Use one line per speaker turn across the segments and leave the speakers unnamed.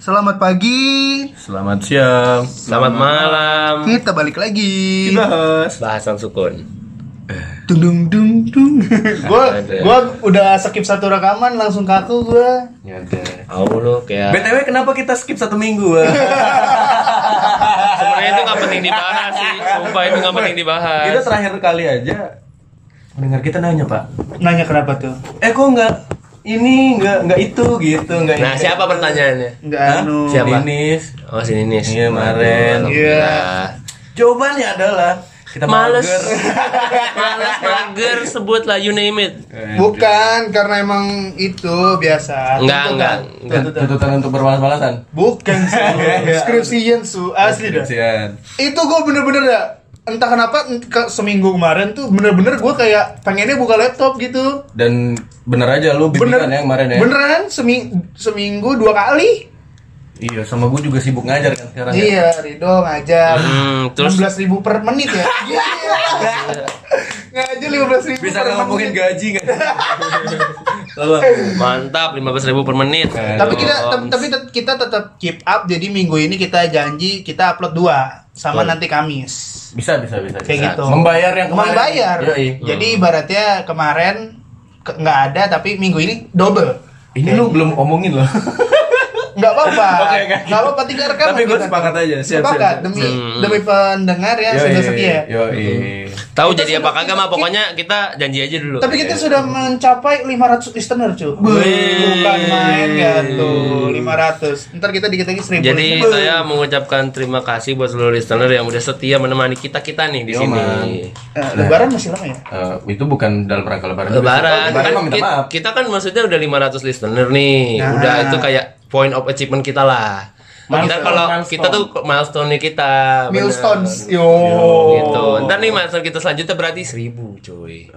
Selamat pagi,
Selamat siang.
Selamat malam.
kita balik lagi.
Bahas.
Bahasan sukun.
Dung dung dung dung.
gua gua udah skip satu rekaman langsung kaku gua
Aku lu kayak
BTW kenapa kita skip satu minggu? Wak?
sebenarnya itu nggak penting dibahas sih. Sumpah itu nggak penting dibahas.
kita terakhir kali aja mendengar kita nanya pak,
nanya kenapa tuh
eh kok nggak ini nggak nggak itu gitu nggak.
Nah
ini.
siapa pertanyaannya?
nggak
Hah?
anu
Siap. Siapa?
Dinis.
Oh sini nih.
Iya, kemarin.
Iya.
Jawabannya adalah kita
Males.
mager.
Males mager sebut lah you name it.
bukan karena emang itu biasa
Enggak enggak enggak.
Tuntutan.
Tuntutan untuk bermalas-malasan.
bukan su
Iya,
skripsian su asli dah
Kasihan.
itu gua bener-bener dah entah kenapa ent- ke- seminggu kemarin tuh bener-bener gua kayak pengennya buka laptop gitu
Dan bener aja lu
bener
bimbingan ya kemarin ya.
beneran seminggu, seminggu dua kali
Iya, sama gue juga sibuk ngajar kan sekarang. ya.
iya Ridho ngajar
Hmm, terus
16.000 ribu per menit ya Iya. ngajar 15.000 ribu
Bisa
per
ngomongin
menit
gaji nggak? Lalu apa?
mantap 15.000 per menit.
Eh,
tapi
Oh,
kita tapi, tapi tet- kita tetap keep up jadi minggu ini kita janji kita upload dua sama nanti Kamis
bisa bisa bisa
kayak
bisa.
gitu
membayar yang kemarin Iya,
membayar Ya.
Yoi.
jadi ibaratnya kemarin ke- nggak ada tapi minggu ini double
ini lu belum omongin loh
nggak apa-apa
Oke, oke.
nggak apa-apa tiga rekaman
Tapi gua
kita.
sepakat aja, siap,
sepakat
siap, siap. Iya,
demi
Hmm.
demi pendengar ya sudah setia
Mm-hmm.
Yoi.
tahu
Kita
jadi
sudah-
apa kagak mah
kita-
pokoknya kita janji aja dulu.
tapi kita sudah mencapai 500 listener cuy bukan main ya tuh 500 ntar kita dikit lagi 1000
Jadi
listener.
saya mengucapkan terima kasih buat seluruh listener yang udah setia menemani kita kita nih di
Yo,
sini.
man.
Eh, lebaran masih lama ya
Eh, itu bukan dalam rangka lebaran
Lebaran
Lebaran
kan
mah minta
kita,
maaf
kita kan maksudnya udah 500 listener nih.
Nah.
Udah itu kayak point of achievement kita lah. Ntar
Milestone,
kalau
milestone.
kita tuh milestone kita. bener.
Millstones yo
Gitu. Ntar nih milestone kita selanjutnya berarti 1000, cuy.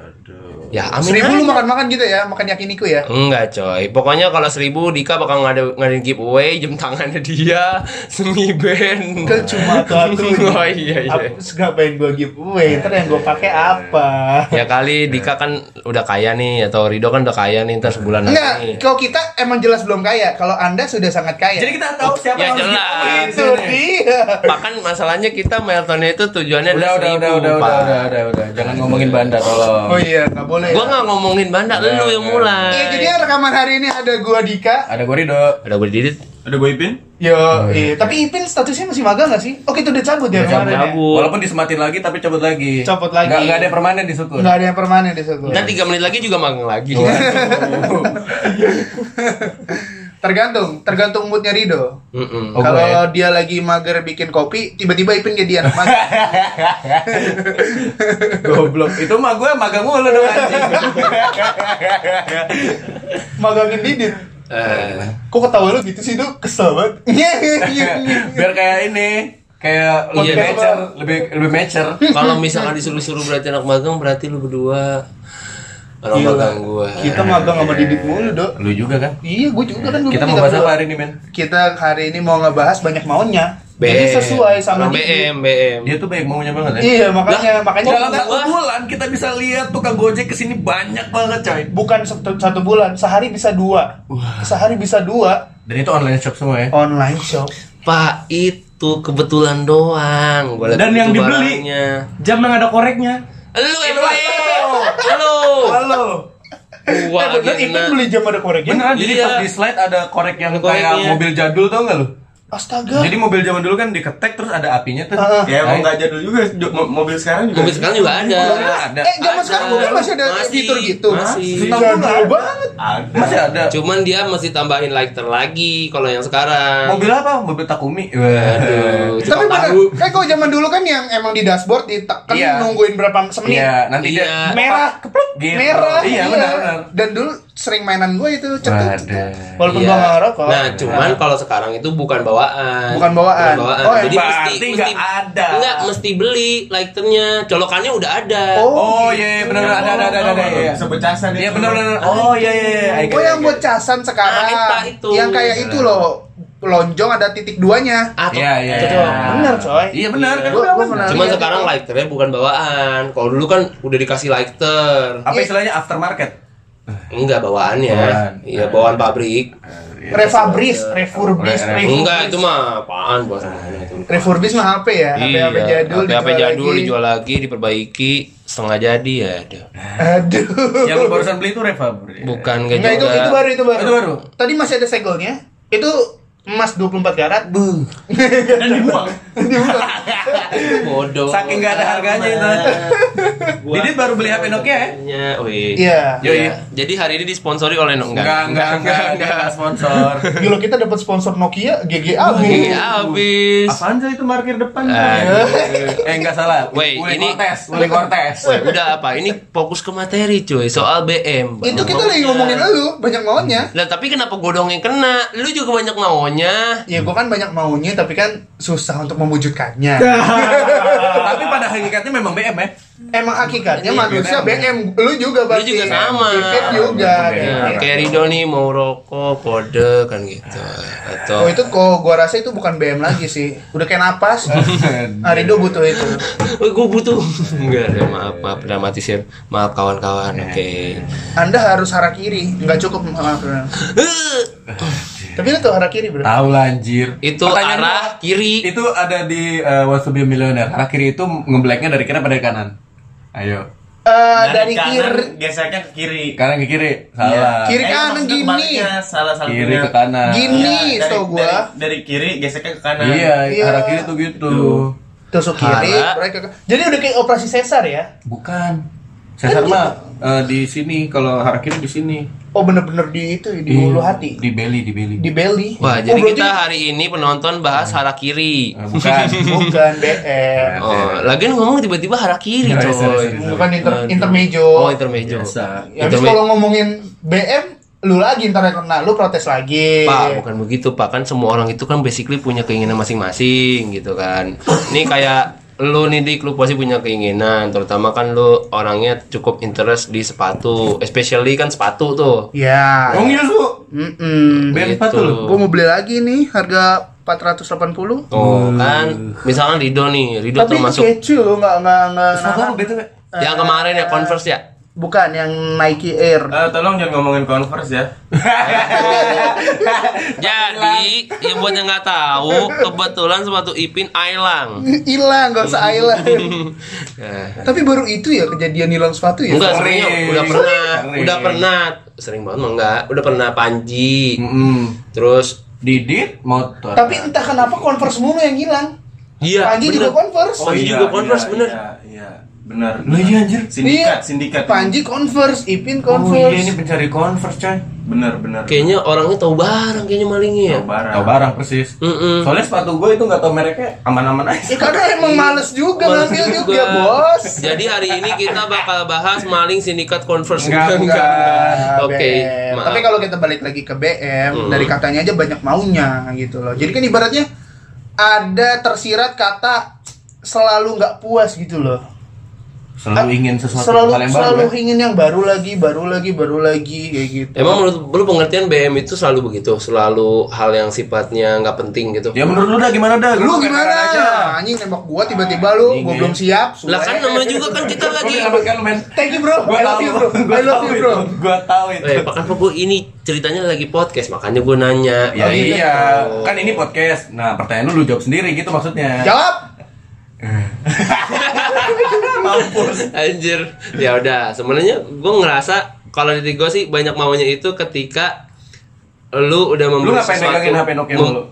Ya, amin.
Seribu lu
aja.
makan-makan gitu ya, makan yakiniku ya.
Enggak coy, pokoknya kalau 1000 Dika bakal ngada ngadain giveaway jam tangannya dia semi band.
Kan cuma tuh aku.
Oh iya iya.
Apa ngapain gua giveaway? Ntar yang gua pakai apa?
Ya kali Dika kan udah kaya nih atau Rido kan udah kaya nih ntar sebulan
Enggak,
lagi.
kalau kita emang jelas belum kaya. Kalau Anda sudah sangat kaya. Oh, gitu, iya.
jadi kita tahu siapa
Ya,
yang harus
jelas.
diomongin
itu
sini.
dia.
Bahkan masalahnya kita maratonnya itu tujuannya
udah
adalah
udah udah
seribu,
udah
Pak.
udah udah udah udah jangan ngomongin bandar tolong
Oh iya, nggak boleh.
Gua
ya.
nggak ngomongin banda, lu yang mulai.
Iya, jadi rekaman hari ini ada gua Dika.
ada gue Rido
Ada gue didit,
Ada gue Ipin?
Yo,
Oh,
iya. Tapi Ipin statusnya masih magang nggak sih? Oke, itu udah cabut ya kemarin. ya?
cabut.
walaupun disematin lagi tapi cabut lagi
Cabut lagi.
nggak nggak ada yang permanen di syukur
Nggak ada yang permanen di situ.
Dan tiga menit lagi juga magang lagi.
Iya. Tergantung, tergantung moodnya Rido.
Mm-mm.
Oh,
Kalau
gue.
dia lagi mager bikin kopi, tiba-tiba Ipin jadi anak magang.
goblok itu mah gue magang mulu dong anjing
magangin Didit.
Eh,
Kok ketawa lu gitu sih, Dok? Kesel banget.
biar kayak ini kayak lebih
Iya.
mecer lebih lebih mecer
Kalau misalkan disuruh-suruh berarti anak magang berarti lu berdua orang
Iya.
Gila.
magang gua.
Kita magang sama Didit mulu, Dok.
lu juga kan
Iya, gue juga kan gua
kita
bilang
mau bahas apa
berdua.
hari ini men
Kita hari ini mau ngebahas banyak maunya. Jadi
BM.
sesuai sama Didit.
BM, BM.
dia tuh baik maunya banget ya
Iya, makanya makanya
dalam
kita-
satu bulan kita bisa lihat tukang gojek kesini banyak banget coy
bukan satu, satu bulan, sehari bisa dua. Sehari bisa dua
dan itu online shop semua ya
online shop.
Pak itu kebetulan doang. Gua liat
Dan
itu
yang dibeli.
barangnya.
Jam yang ada koreknya.
Lu yang beli. Lu.
halo
Gua
Eh, bener,
lagi
Ipin
kena.
beli jam ada koreknya.
beneran Ya kan? jadi
Iya.
pas di slide ada korek yang
Ada koreknya.
kayak mobil jadul tau gak lu
Astaga.
jadi mobil zaman dulu kan diketek terus ada apinya tuh
Heeh.
Ya
Nah,
emang nggak jadul juga jo- mo- mobil sekarang juga.
Mobil sekarang juga ada.
ada
eh, zaman sekarang mungkin masih ada
Masih,
fitur gitu.
masih.
Hah? Jadul banget.
Ada.
masih ada
Cuman dia masih tambahin lighter lagi kalau yang sekarang.
mobil apa mobil takumi
Aduh,
Tapi
tukang
bener,
tahu.
kayak kalau zaman dulu kan yang emang di dashboard ditekan
Iya.
nungguin berapa semenit.
iya nanti
Iya.
dia
Merah, kepluk,
Gitu.
merah.
Iya, benar, benar.
Dan dulu sering mainan gue itu
Waduh. Iya.
cetuk. Walaupun gua nggak ngerokok.
Iya. Nah, cuman kalau sekarang itu bukan bawaan.
Bukan bawaan. Oh,
Jadi
berarti
mesti,
nggak
mesti-
ada.
Nggak, mesti beli lighternya. Colokannya udah ada.
Oh,
oh iya iya, benar benar, ada ada ada ada iya.
Bisa becasan
iya benar benar oh iya iya iya. I get
Gue
gitu.
it,
yang
I get
buat
it.
casan sekarang.
Ah, eta itu.
Yang kayak itu loh, lonjong ada titik duanya.
Atau
Iya iya.
Cocok.
iya.
Bener, coy.
Iya benar kan.
Gua- gua pernah
Cuman
lihat
sekarang
itu.
lighternya bukan bawaan. Kalau dulu kan udah dikasih lighter.
Apa istilahnya aftermarket?
Enggak bawaannya.
Bawaan.
Iya, bawaan pabrik.
Nah. Refabrish, refurbis,
Re-
Iya,
re-
Enggak, itu mah apaan bos
Nah.
itu.
Refurbis mah HP ya, HP HP jadul,
HP
dijual
Iya, jadul
lagi.
dijual lagi, diperbaiki, setengah jadi ya ada.
Aduh.
Yang lu barusan beli itu refab.
Bukan enggak
Iya. Enggak itu
juga.
itu baru itu baru.
Itu baru.
Tadi masih ada segelnya. Itu emas 24 karat. Bu.
Dan dibuang.
bodoh.
Saking nggak ada harganya itu. Jadi baru beli HP Nokia ya?
Ya, wih.
Iya.
Yoi. Jadi hari ini disponsori oleh Nok enggak?
dia nggak sponsor.
Gila kita dapat sponsor Nokia GGA. Bu.
Iya, habis.
Apaan sih itu parkir depan?
kan?
Aduh.
eh nggak salah.
Weh,
Wuling
ini-
Cortez, Wuling Cortez.
Weh, udah apa? Ini fokus ke materi, cuy. Soal BM. Bang.
Itu kita lagi ngomongin lu, banyak maunya.
Lah, tapi kenapa godongnya kena? Lu juga banyak maunya.
Ya gua kan banyak maunya tapi kan susah untuk mewujudkannya.
Nah,
Tapi pada hakikatnya memang BM ya.
Emang hakikatnya manusia
BM.
BM, lu juga ya. pasti.
juga sama.
Pipit juga. gitu. iya,
Ya, kayak Rido nih mau rokok, kode kan gitu.
Oh
Atau
itu kok gua rasa itu bukan BM lagi sih. Udah kayak napas. Nah, Rido butuh itu.
Woi, gue butuh. Enggak, ada, maaf, maaf, dramatisir. Maaf kawan-kawan.
Iya,
Oke.
Anda harus hara kiri, nggak cukup eh, maaf. Bro. Tapi lu tuh hara kiri, Bro. Eh,
Ah.
Tahu lah anjir.
Itu
Pertanyaan
arah
gua,
kiri.
Itu ada di eh, What's to be a Millionaire. Arah kiri itu ngeblacknya dari kanan pada dari kanan. Ayo.
Eh, dari kiri
geseknya ke kiri.
Kanan ke kiri. Salah.
Kiri
Eh,
kanan
maksudnya
gini.
kebaliknya, Salah salah
Kiri ke kanan.
Gini,
dari,
so
dari,
gua.
dari kiri geseknya ke kanan.
Iya,
Iya.
arah kiri tuh gitu.
Tusuk kiri,
Hara.
mereka. Jadi udah kayak operasi sesar ya.
Bukan.
iya.
Sesar mah eh, di sini kalau arah kiri di sini.
Oh bener-bener di itu di bulu hati,
Di belly, di belly.
di belly. Oh,
Wah, jadi
berarti Hmm.
kita hari ini penonton bahas hara kiri.
Eh, bukan.
bukan BM.
Oh, lagian ngomong tiba-tiba hara kiri,
Iya,
Sorry, sorry,
coy.
sorry.
Bukan inter
Aduh.
intermejo.
Oh, intermejo.
Biasa.
Ya, Habis
Interme-
kalau ngomongin BM, lu lagi ntar yang kena, lu protes lagi.
Pak, bukan begitu, Pak. Kan semua orang itu kan basically punya keinginan masing-masing gitu kan. Ini kayak lu nih dik, lu pasti punya keinginan, terutama kan lu orangnya cukup interest di sepatu, especially kan sepatu tuh.
Ya.
Dong Yusu.
Mm-mm.
Oh, iya, Band
Gitu.
sepatu lu.
Gua mau beli lagi nih harga 480.
Tuh kan, misalkan Rido nih, Rido
Tapi itu
termasuk
kece lu nggak nggak nggak.
Sepatu lu
nahan.
gitu.
yang kemarin ya Converse ya.
Bukan yang Nike Air.
Eh, tolong jangan ngomongin converse ya.
Jadi, ya buat yang nggak tahu, kebetulan sepatu Ipin Ailang.
Hilang, gak usah hilang.
Nah,
Tapi baru itu ya kejadian hilang sepatu ya.
Enggak,
Sering.
sebenarnya udah pernah,
Sering.
udah pernah sering banget mah enggak, udah pernah Panji.
Mm-mm.
Terus
Didit motor.
Tapi entah kenapa Converse mulu yang hilang.
Iya,
Panji
bener.
juga Converse.
Oh, Panji juga Converse, bener.
Iya, iya, bener.
Lah iya anjir.
Sindikat,
Iya.
sindikat.
Panji Converse, Ipin
Oh
Converse.
iya ini pencari Converse coy.
Bener, bener.
kayaknya orangnya tahu barang kayaknya malingnya ya.
Barang.
Tahu barang persis.
Mm-mm.
Soalnya sepatu gue itu nggak tahu mereknya aman-aman aja.
Ya karena emang males juga
Males
ngambil juga.
juga.
Iya, bos.
Jadi hari ini kita bakal bahas maling sindikat Converse.
Enggak, enggak.
Oke,
BM.
maaf.
Tapi kalau kita balik lagi ke BM,
Hmm.
dari katanya aja banyak maunya gitu loh. Jadi kan ibaratnya ada tersirat kata selalu nggak puas gitu loh.
Selalu
Ah,
ingin sesuatu
selalu,
hal yang
selalu
baru. ya.
ingin yang baru lagi, baru lagi, baru lagi kayak gitu.
Emang menurut lu pengertian BM itu selalu begitu, selalu hal yang sifatnya nggak penting gitu.
Ya menurut lu dah gimana dah?
lu gimana?
katakan aja.
Anjing nembak gua tiba-tiba lu,
Anjing,
gua
ya.
belum siap.
Lah kan
suwe.
namanya juga kan kita
Gue
lagi.
menyelamatkan lu, men.
Thank you bro,
Gue
I
tahu,
love you bro,
gue
I love
tahu
you
itu,
bro.
gue tahu itu.
Eh, Pak, kenapa gue ini ceritanya lagi podcast, makanya gue nanya.
Ya
Oh,
Gitu.
iya, kan ini podcast. Nah, pertanyaan lu lu jawab sendiri gitu maksudnya.
Jawab.
Anjir. Ya udah, sebenarnya gue ngerasa kalau dari gue sih banyak maunya itu ketika lu udah
Lu
membeli
ngapain
sesuatu.
megangin HP Nokia
Mem-
dulu?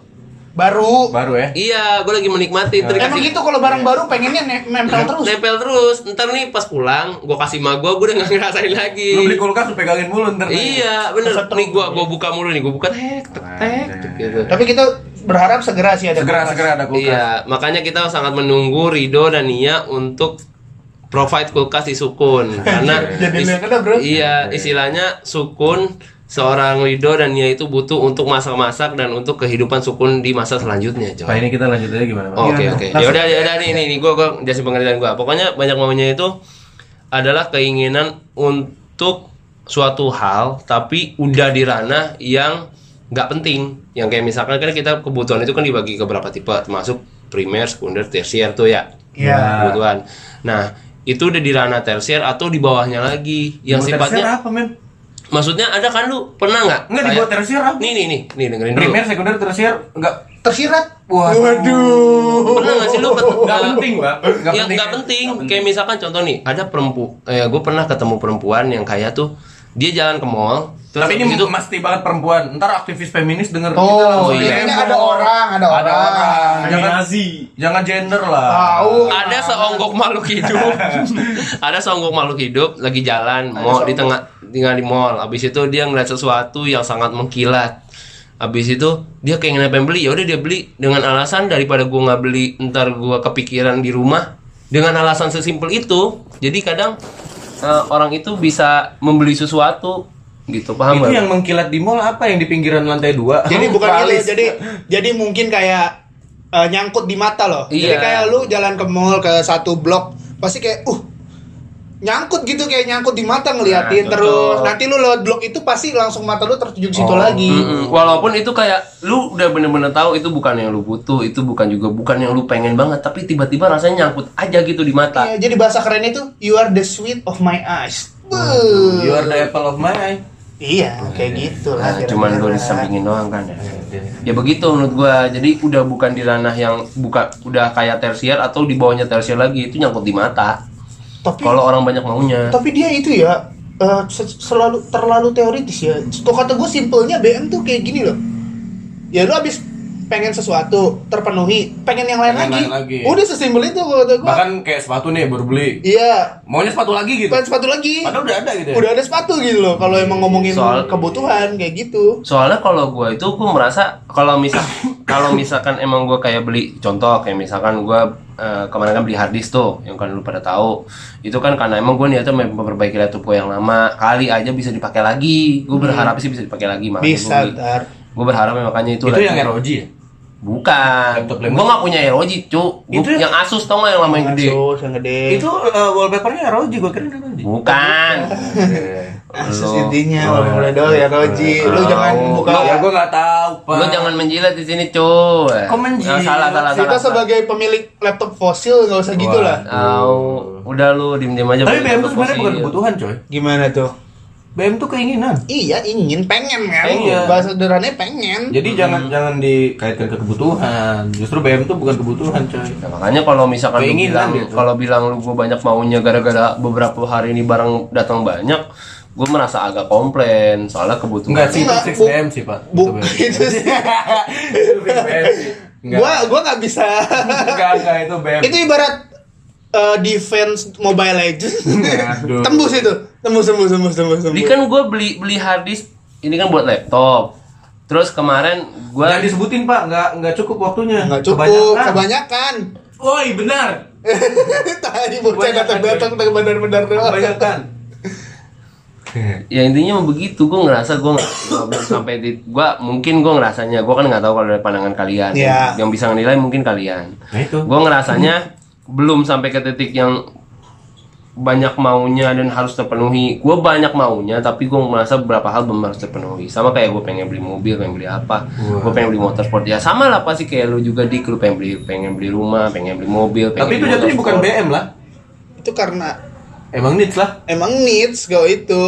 Baru.
Baru ya?
Iya, gue lagi menikmati. Ntar
Emang
dikasih-
gitu kalau barang baru pengennya ne- nempel terus.
Nempel terus. Ntar nih pas pulang, gue kasih ma gue, gue udah gak ngerasain lagi.
Lu beli kulkas lu pegangin mulu ntar.
Iya, bener.
Kesetrum.
Nih gue gua buka mulu nih, gue buka tek tek tek tek, gitu.
Tapi kita berharap segera sih ada
Segera
kulkas.
segera ada kulkas.
Iya, makanya kita sangat menunggu Rido dan Nia untuk provide kulkas di Sukun karena
Jadi lu yang kena, bro.
Iya, istilahnya Sukun seorang Rido dan Nia itu butuh untuk masak-masak dan untuk kehidupan Sukun di masa selanjutnya, coy.
Pak Nah, ini kita lanjut aja gimana? Pak?
Oh, Oke
Iya,
oke.
langsung.
Ya udah ya udah nih nih, nih gua gua jelasin pengertian gua. Pokoknya banyak maunya itu adalah keinginan untuk suatu hal tapi udah di ranah yang nggak penting. Yang kayak misalkan kan kita kebutuhan itu kan dibagi ke berapa tipe termasuk primer, sekunder, tersier tuh ya.
Iya.
Kebutuhan. Nah, itu udah di ranah tersier atau di bawahnya lagi yang
Motor
sifatnya
share apa men?
Maksudnya ada kan lu pernah nggak?
Enggak
kayak-
dibuat tersier apa?
Nih nih nih, nih dengerin dulu.
primer sekunder tersier enggak
tersirat
Waduh.
Pernah nggak sih lu ket-
Enggak
eh,
penting, Bang.
Nggak
ya
penting.
nggak penting. Kayak misalkan contoh nih, ada perempu, eh, gue pernah ketemu perempuan yang kayak tuh dia jalan ke mall. terus
Tapi ini
habis iya. itu
mesti banget perempuan. Ntar aktivis feminis denger kita
Oh,
langsung
ini
demo.
ada orang, ada orang.
Jangan
Nazi.
jangan gender lah.
Tahu.
ada seonggok makhluk hidup ada seonggok makhluk hidup lagi jalan mall di tengah tinggal di mall habis itu dia ngeliat sesuatu yang sangat mengkilat habis itu dia keinginan pengen beli ya udah dia beli dengan alasan daripada gua nggak beli ntar gua kepikiran di rumah dengan alasan sesimpel itu jadi kadang eh, orang itu bisa membeli sesuatu gitu paham nggak?
Itu yang mengkilat di mall apa yang di pinggiran lantai dua?
Jadi bukan
Balis.
gitu, jadi jadi mungkin kayak eh, nyangkut di mata loh. Jadi
Iya.
kayak lu jalan ke mall ke satu blok pasti kayak uh nyangkut gitu kayak nyangkut di mata ngeliatin
Nah,
terus.
betul. Oh,
Nanti lu lewat blok itu pasti langsung mata lu tertuju ke situ lagi.
Mm-mm. Walaupun itu kayak lu udah bener-bener tahu itu bukan yang lu butuh, itu bukan juga bukan yang lu pengen banget, tapi tiba-tiba rasanya nyangkut aja gitu di mata.
Iya, jadi bahasa keren itu you are the sweet of my eyes. Beuh.
You are the apple of my eye.
Iya, kayak gitu lah.
Nah,
kira-kira.
cuman gue disampingin doang kan ya. Ya begitu menurut gua. Jadi udah bukan di ranah yang buka udah kayak tersier atau di bawahnya tersier lagi itu nyangkut di mata.
Tapi
Kalau orang banyak maunya.
tapi dia itu ya eh, se- selalu terlalu teoritis ya. Tuh kata gue simpelnya BM tuh kayak gini loh. Ya lu abis pengen sesuatu terpenuhi, pengen yang lain,
Pengen
lagi.
lain lagi.
Udah sesimpel itu kalau kata gue.
Bahkan kayak sepatu nih baru beli.
Iya,
Maunya sepatu lagi gitu.
pengen sepatu lagi.
Padahal udah ada gitu. ya.
Udah ada sepatu gitu loh. Kalau emang ngomongin
Iya, Soal-
kebutuhan kayak gitu.
soalnya kalau gue itu gue merasa kalau misal kalau misalkan emang gue kayak beli contoh kayak misalkan gue eh, kemarin kan beli harddisk tuh yang kan lu pada tahu itu kan karena emang gue niatnya mem- memperbaiki laptop gue yang lama kali aja bisa dipakai lagi
Hmm.
gue berharap sih bisa dipakai lagi makanya
Bisa ntar.
gue berharap ya, makanya itu
Itu
lagi.
yang ROG ya?
bukan
Laptop
gue
Lenovo.
nggak punya ROG cu Gua-
Itu yang-
yang Asus tau nggak yang lama yang gede
Asus yang gede.
Itu eh, wallpapernya ROG gua kira ROG.
bukan
Asus
Lu-
intinya mulai mulai dulu ya Roji. Lu
Oh.
jangan buka.
ya gua nggak tahu, Pak.
Lu jangan menjilat di sini, cu.
Kok
Ya,
menjilat?
salah,
Kita
salah, salah. salah.
sebagai pemilik laptop fosil nggak usah gitu lah.
Au, udah lu diem-diem aja.
Tapi
Bang.
BM tuh sebenarnya
Fosil.
bukan kebutuhan, coy.
Gimana tuh?
BM tuh keinginan.
Iya ingin pengen kan
Pengen.
bahasa sederhananya pengen
Jadi jangan jangan dikaitkan ke kebutuhan. Justru BM tuh bukan kebutuhan, coy.
Nah, makanya kalau misalkan lu
Keinginan
bilang
gitu.
kalau bilang lu gue banyak maunya gara-gara beberapa hari ini barang datang banyak, gue merasa agak komplain soallah kebutuhan.
Enggak sih, itu
Enggak,
6
bu-
BM sih, Pak.
bu itu sih
Itu 6 BM sih. Enggak.
gua gua nggak bisa
Enggak, enggak itu BM.
itu ibarat eh, defense mobile legends
Aduh.
tembus itu tembus tembus tembus tembus
Jadi
tembus
kan gue beli beli harddisk ini kan buat laptop. Terus kemarin gue
Jangan disebutin, Pak. Enggak enggak cukup waktunya.
nggak cukup kebanyakan
Woi, benar.
tadi bocah datang datang datang benar-benar doang
Kebanyakan.
ya intinya mau begitu gue ngerasa gue nggak gua belum sampai di gue mungkin gue ngerasanya gue kan nggak tahu kalau dari pandangan kalian
Iya.
yang bisa nilai mungkin kalian
Nah, itu.
gue ngerasanya belum sampai ke titik yang banyak maunya dan harus terpenuhi gue banyak maunya tapi gue merasa beberapa hal belum harus terpenuhi sama kayak gue pengen beli mobil pengen beli apa gue pengen beli motorsport ya sama lah pasti kayak lu juga dik lu pengen beli pengen beli rumah pengen beli mobil pengen
Tapi itu
beli
jatuhnya bukan
motorsport.
BM lah.
itu karena
Emang needs lah.
emang needs kau itu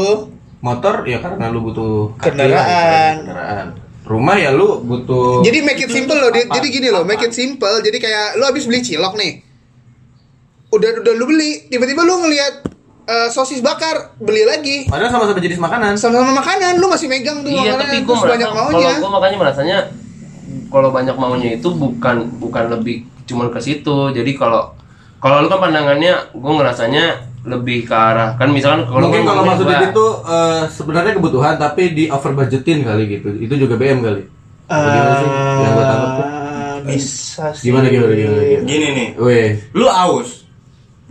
Motor ya karena lu butuh kaki lah,
Kendaraan.
kendaraan. Rumah ya lu butuh
Jadi make it simple loh. Dit. Jadi gini loh, make it simple. Jadi kayak lu habis beli cilok nih. Udah udah lu beli, tiba-tiba lu ngelihat eh, sosis bakar, beli lagi.
Padahal sama-sama jenis makanan.
Sama-sama makanan, lu masih megang tuh
iya
makanan
tapi gue
terus banyak maunya.
kalau gue makanya merasanya kalau banyak maunya itu bukan bukan lebih cuman ke situ jadi kalau kalau lu kan pandangannya gue ngerasanya lebih ke arah kan misalkan kalau
Mungkin
gua
kalau
ngomongnya
maksud
gua-
Didi itu eh, sebenarnya kebutuhan tapi di over budgetin kali gitu. Itu juga BM kali. Apa gimana sih? Yang gua tangkap tuh.
Eh, bisa sih.
Gimana gimana gimana. gimana.
Gini nih.
Weh.
Lu aus.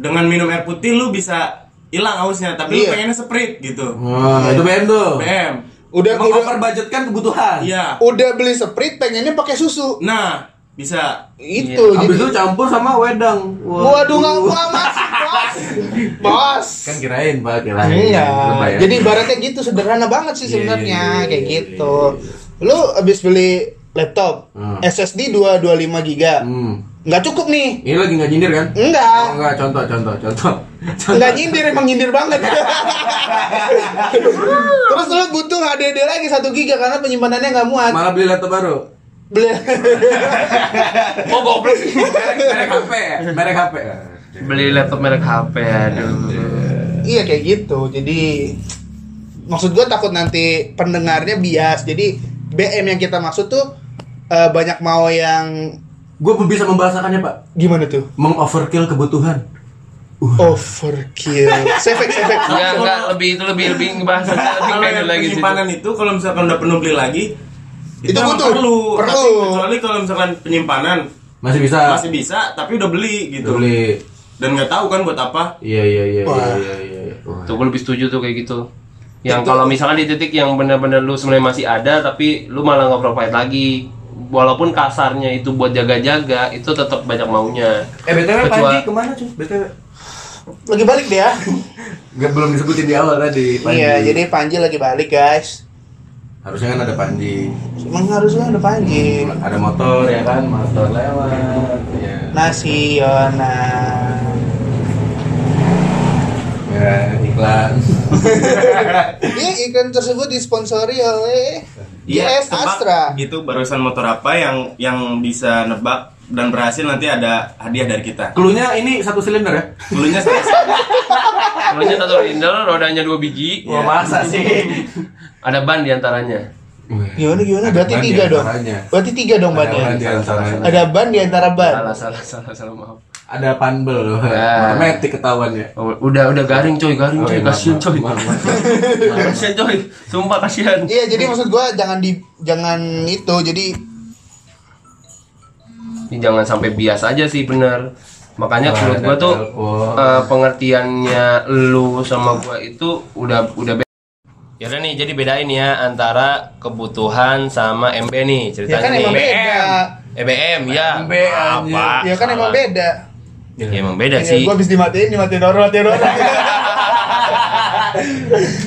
Dengan minum air putih lu bisa hilang ausnya, tapi lu
Iya.
pengennya sprite gitu.
Wah, Oh, itu BM tuh.
BM.
Udah
Emang
udah,
over budgetkan kebutuhan.
Iya.
udah beli sprite pengennya pakai susu.
Nah, bisa.
Itu
Habis itu
jadi.
campur sama wedang.
Waduh nggak nggak masuk, Bos. Bos.
Kan kirain, Pak, kirain.
Iya.
Lumayan.
Jadi ibaratnya gitu sederhana banget sih
ya. Iya, iya, iya,
sebenarnya kayak
iya,
gitu. Lu abis beli laptop
Hmm.
SSD 225 GB.
Hmm.
nggak cukup nih
Ini lagi nggak nyindir kan?
Iya. enggak
Oh, enggak, contoh, contoh, contoh. Contoh.
Enggak nyindir, emang nyindir banget. Terus lu butuh HDD lagi 1 giga karena penyimpanannya nggak muat.
Malah beli laptop baru.
Beli
Oh goblok.
Merek, merek HP, ya? merek HP.
Beli laptop merek HP aduh.
iya kayak gitu. Jadi maksud gua takut nanti pendengarnya bias. Jadi BM yang kita maksud tuh eh, banyak mau yang
Gue bisa membahasakannya pak,
gimana tuh?
mengoverkill kebutuhan.
Overkill. Sefek sefek.
Enggak, enggak lebih itu lebih lebih bahasa lebih
kalau
pendek
yang
lagi sih.
penyimpanan itu kalau misalkan udah penuh beli lagi
Itu
emang
butuh.
perlu,
Perlu.
Tapi kecuali kalau misalkan penyimpanan
Masih
Ah.
bisa.
masih bisa tapi udah beli
Udah
gitu
beli.
dan nggak tahu kan buat apa
Iya iya iya
Wah.
iya iya. iya. Wah.
Tuh gue lebih setuju tuh kayak gitu. Yang kalau misalkan di titik yang benar-benar lu sebenarnya masih ada tapi lu malah nggak provide lagi. Walaupun kasarnya itu buat jaga-jaga, itu tetap banyak maunya.
Eh btw Panji
Kecuali-
kemana cuy? btw
Lagi balik dia.
Nggak belum disebutin di awal tadi. Panji.
Iya, jadi Panji lagi balik, guys.
harusnya kan ada Panji.
Emang harusnya ada Panji.
Ada motor ya kan, motor lewat. Iya.
Nasional.
Ya, iklan.
Iya, iklan tersebut disponsori oleh JS
Iya, tebak
Iya, Astra.
Gitu barusan motor apa yang yang bisa nebak dan berhasil nanti ada hadiah dari kita.
Klunya ini satu silinder ya?
Dulunya saya
Kalau satu rindel, rodanya dua biji,
Wah masa sih?
ada ban di antaranya.
Gimana gimana?
Ada
Berarti
ban di
tiga dong.
antaranya.
Berarti tiga dong
Ada ban di
bannya.
antaranya.
Ada ban di antara ban.
Salah, salah, salah, salah, maaf.
Ada panbel loh.
Ya.
Otomatis ketahuan ya.
Oh, udah, udah garing coy, garing
Oh,
coy,
iya,
kasihan
maaf,
coy.
maaf, maaf.
Kasihan coy, sumpah kasihan.
Iya, jadi maksud gua jangan di jangan itu. Jadi
Ini jangan sampai bias aja sih benar makanya
Wah,
menurut
Nah, ada
gua tuh
telepon.
eh, pengertiannya lu sama gua itu udah udah beda Yaudah nih, jadi bedain ya antara kebutuhan sama MB nih
ya
ceritanya
kan
nih.
emang beda.
EBM ya.
MB,
Apa?
Ya kan emang
Salah.
beda.
Ya, emang beda
Ya,
sih.
gua habis dimatiin, dimatiin orang, matiin orang.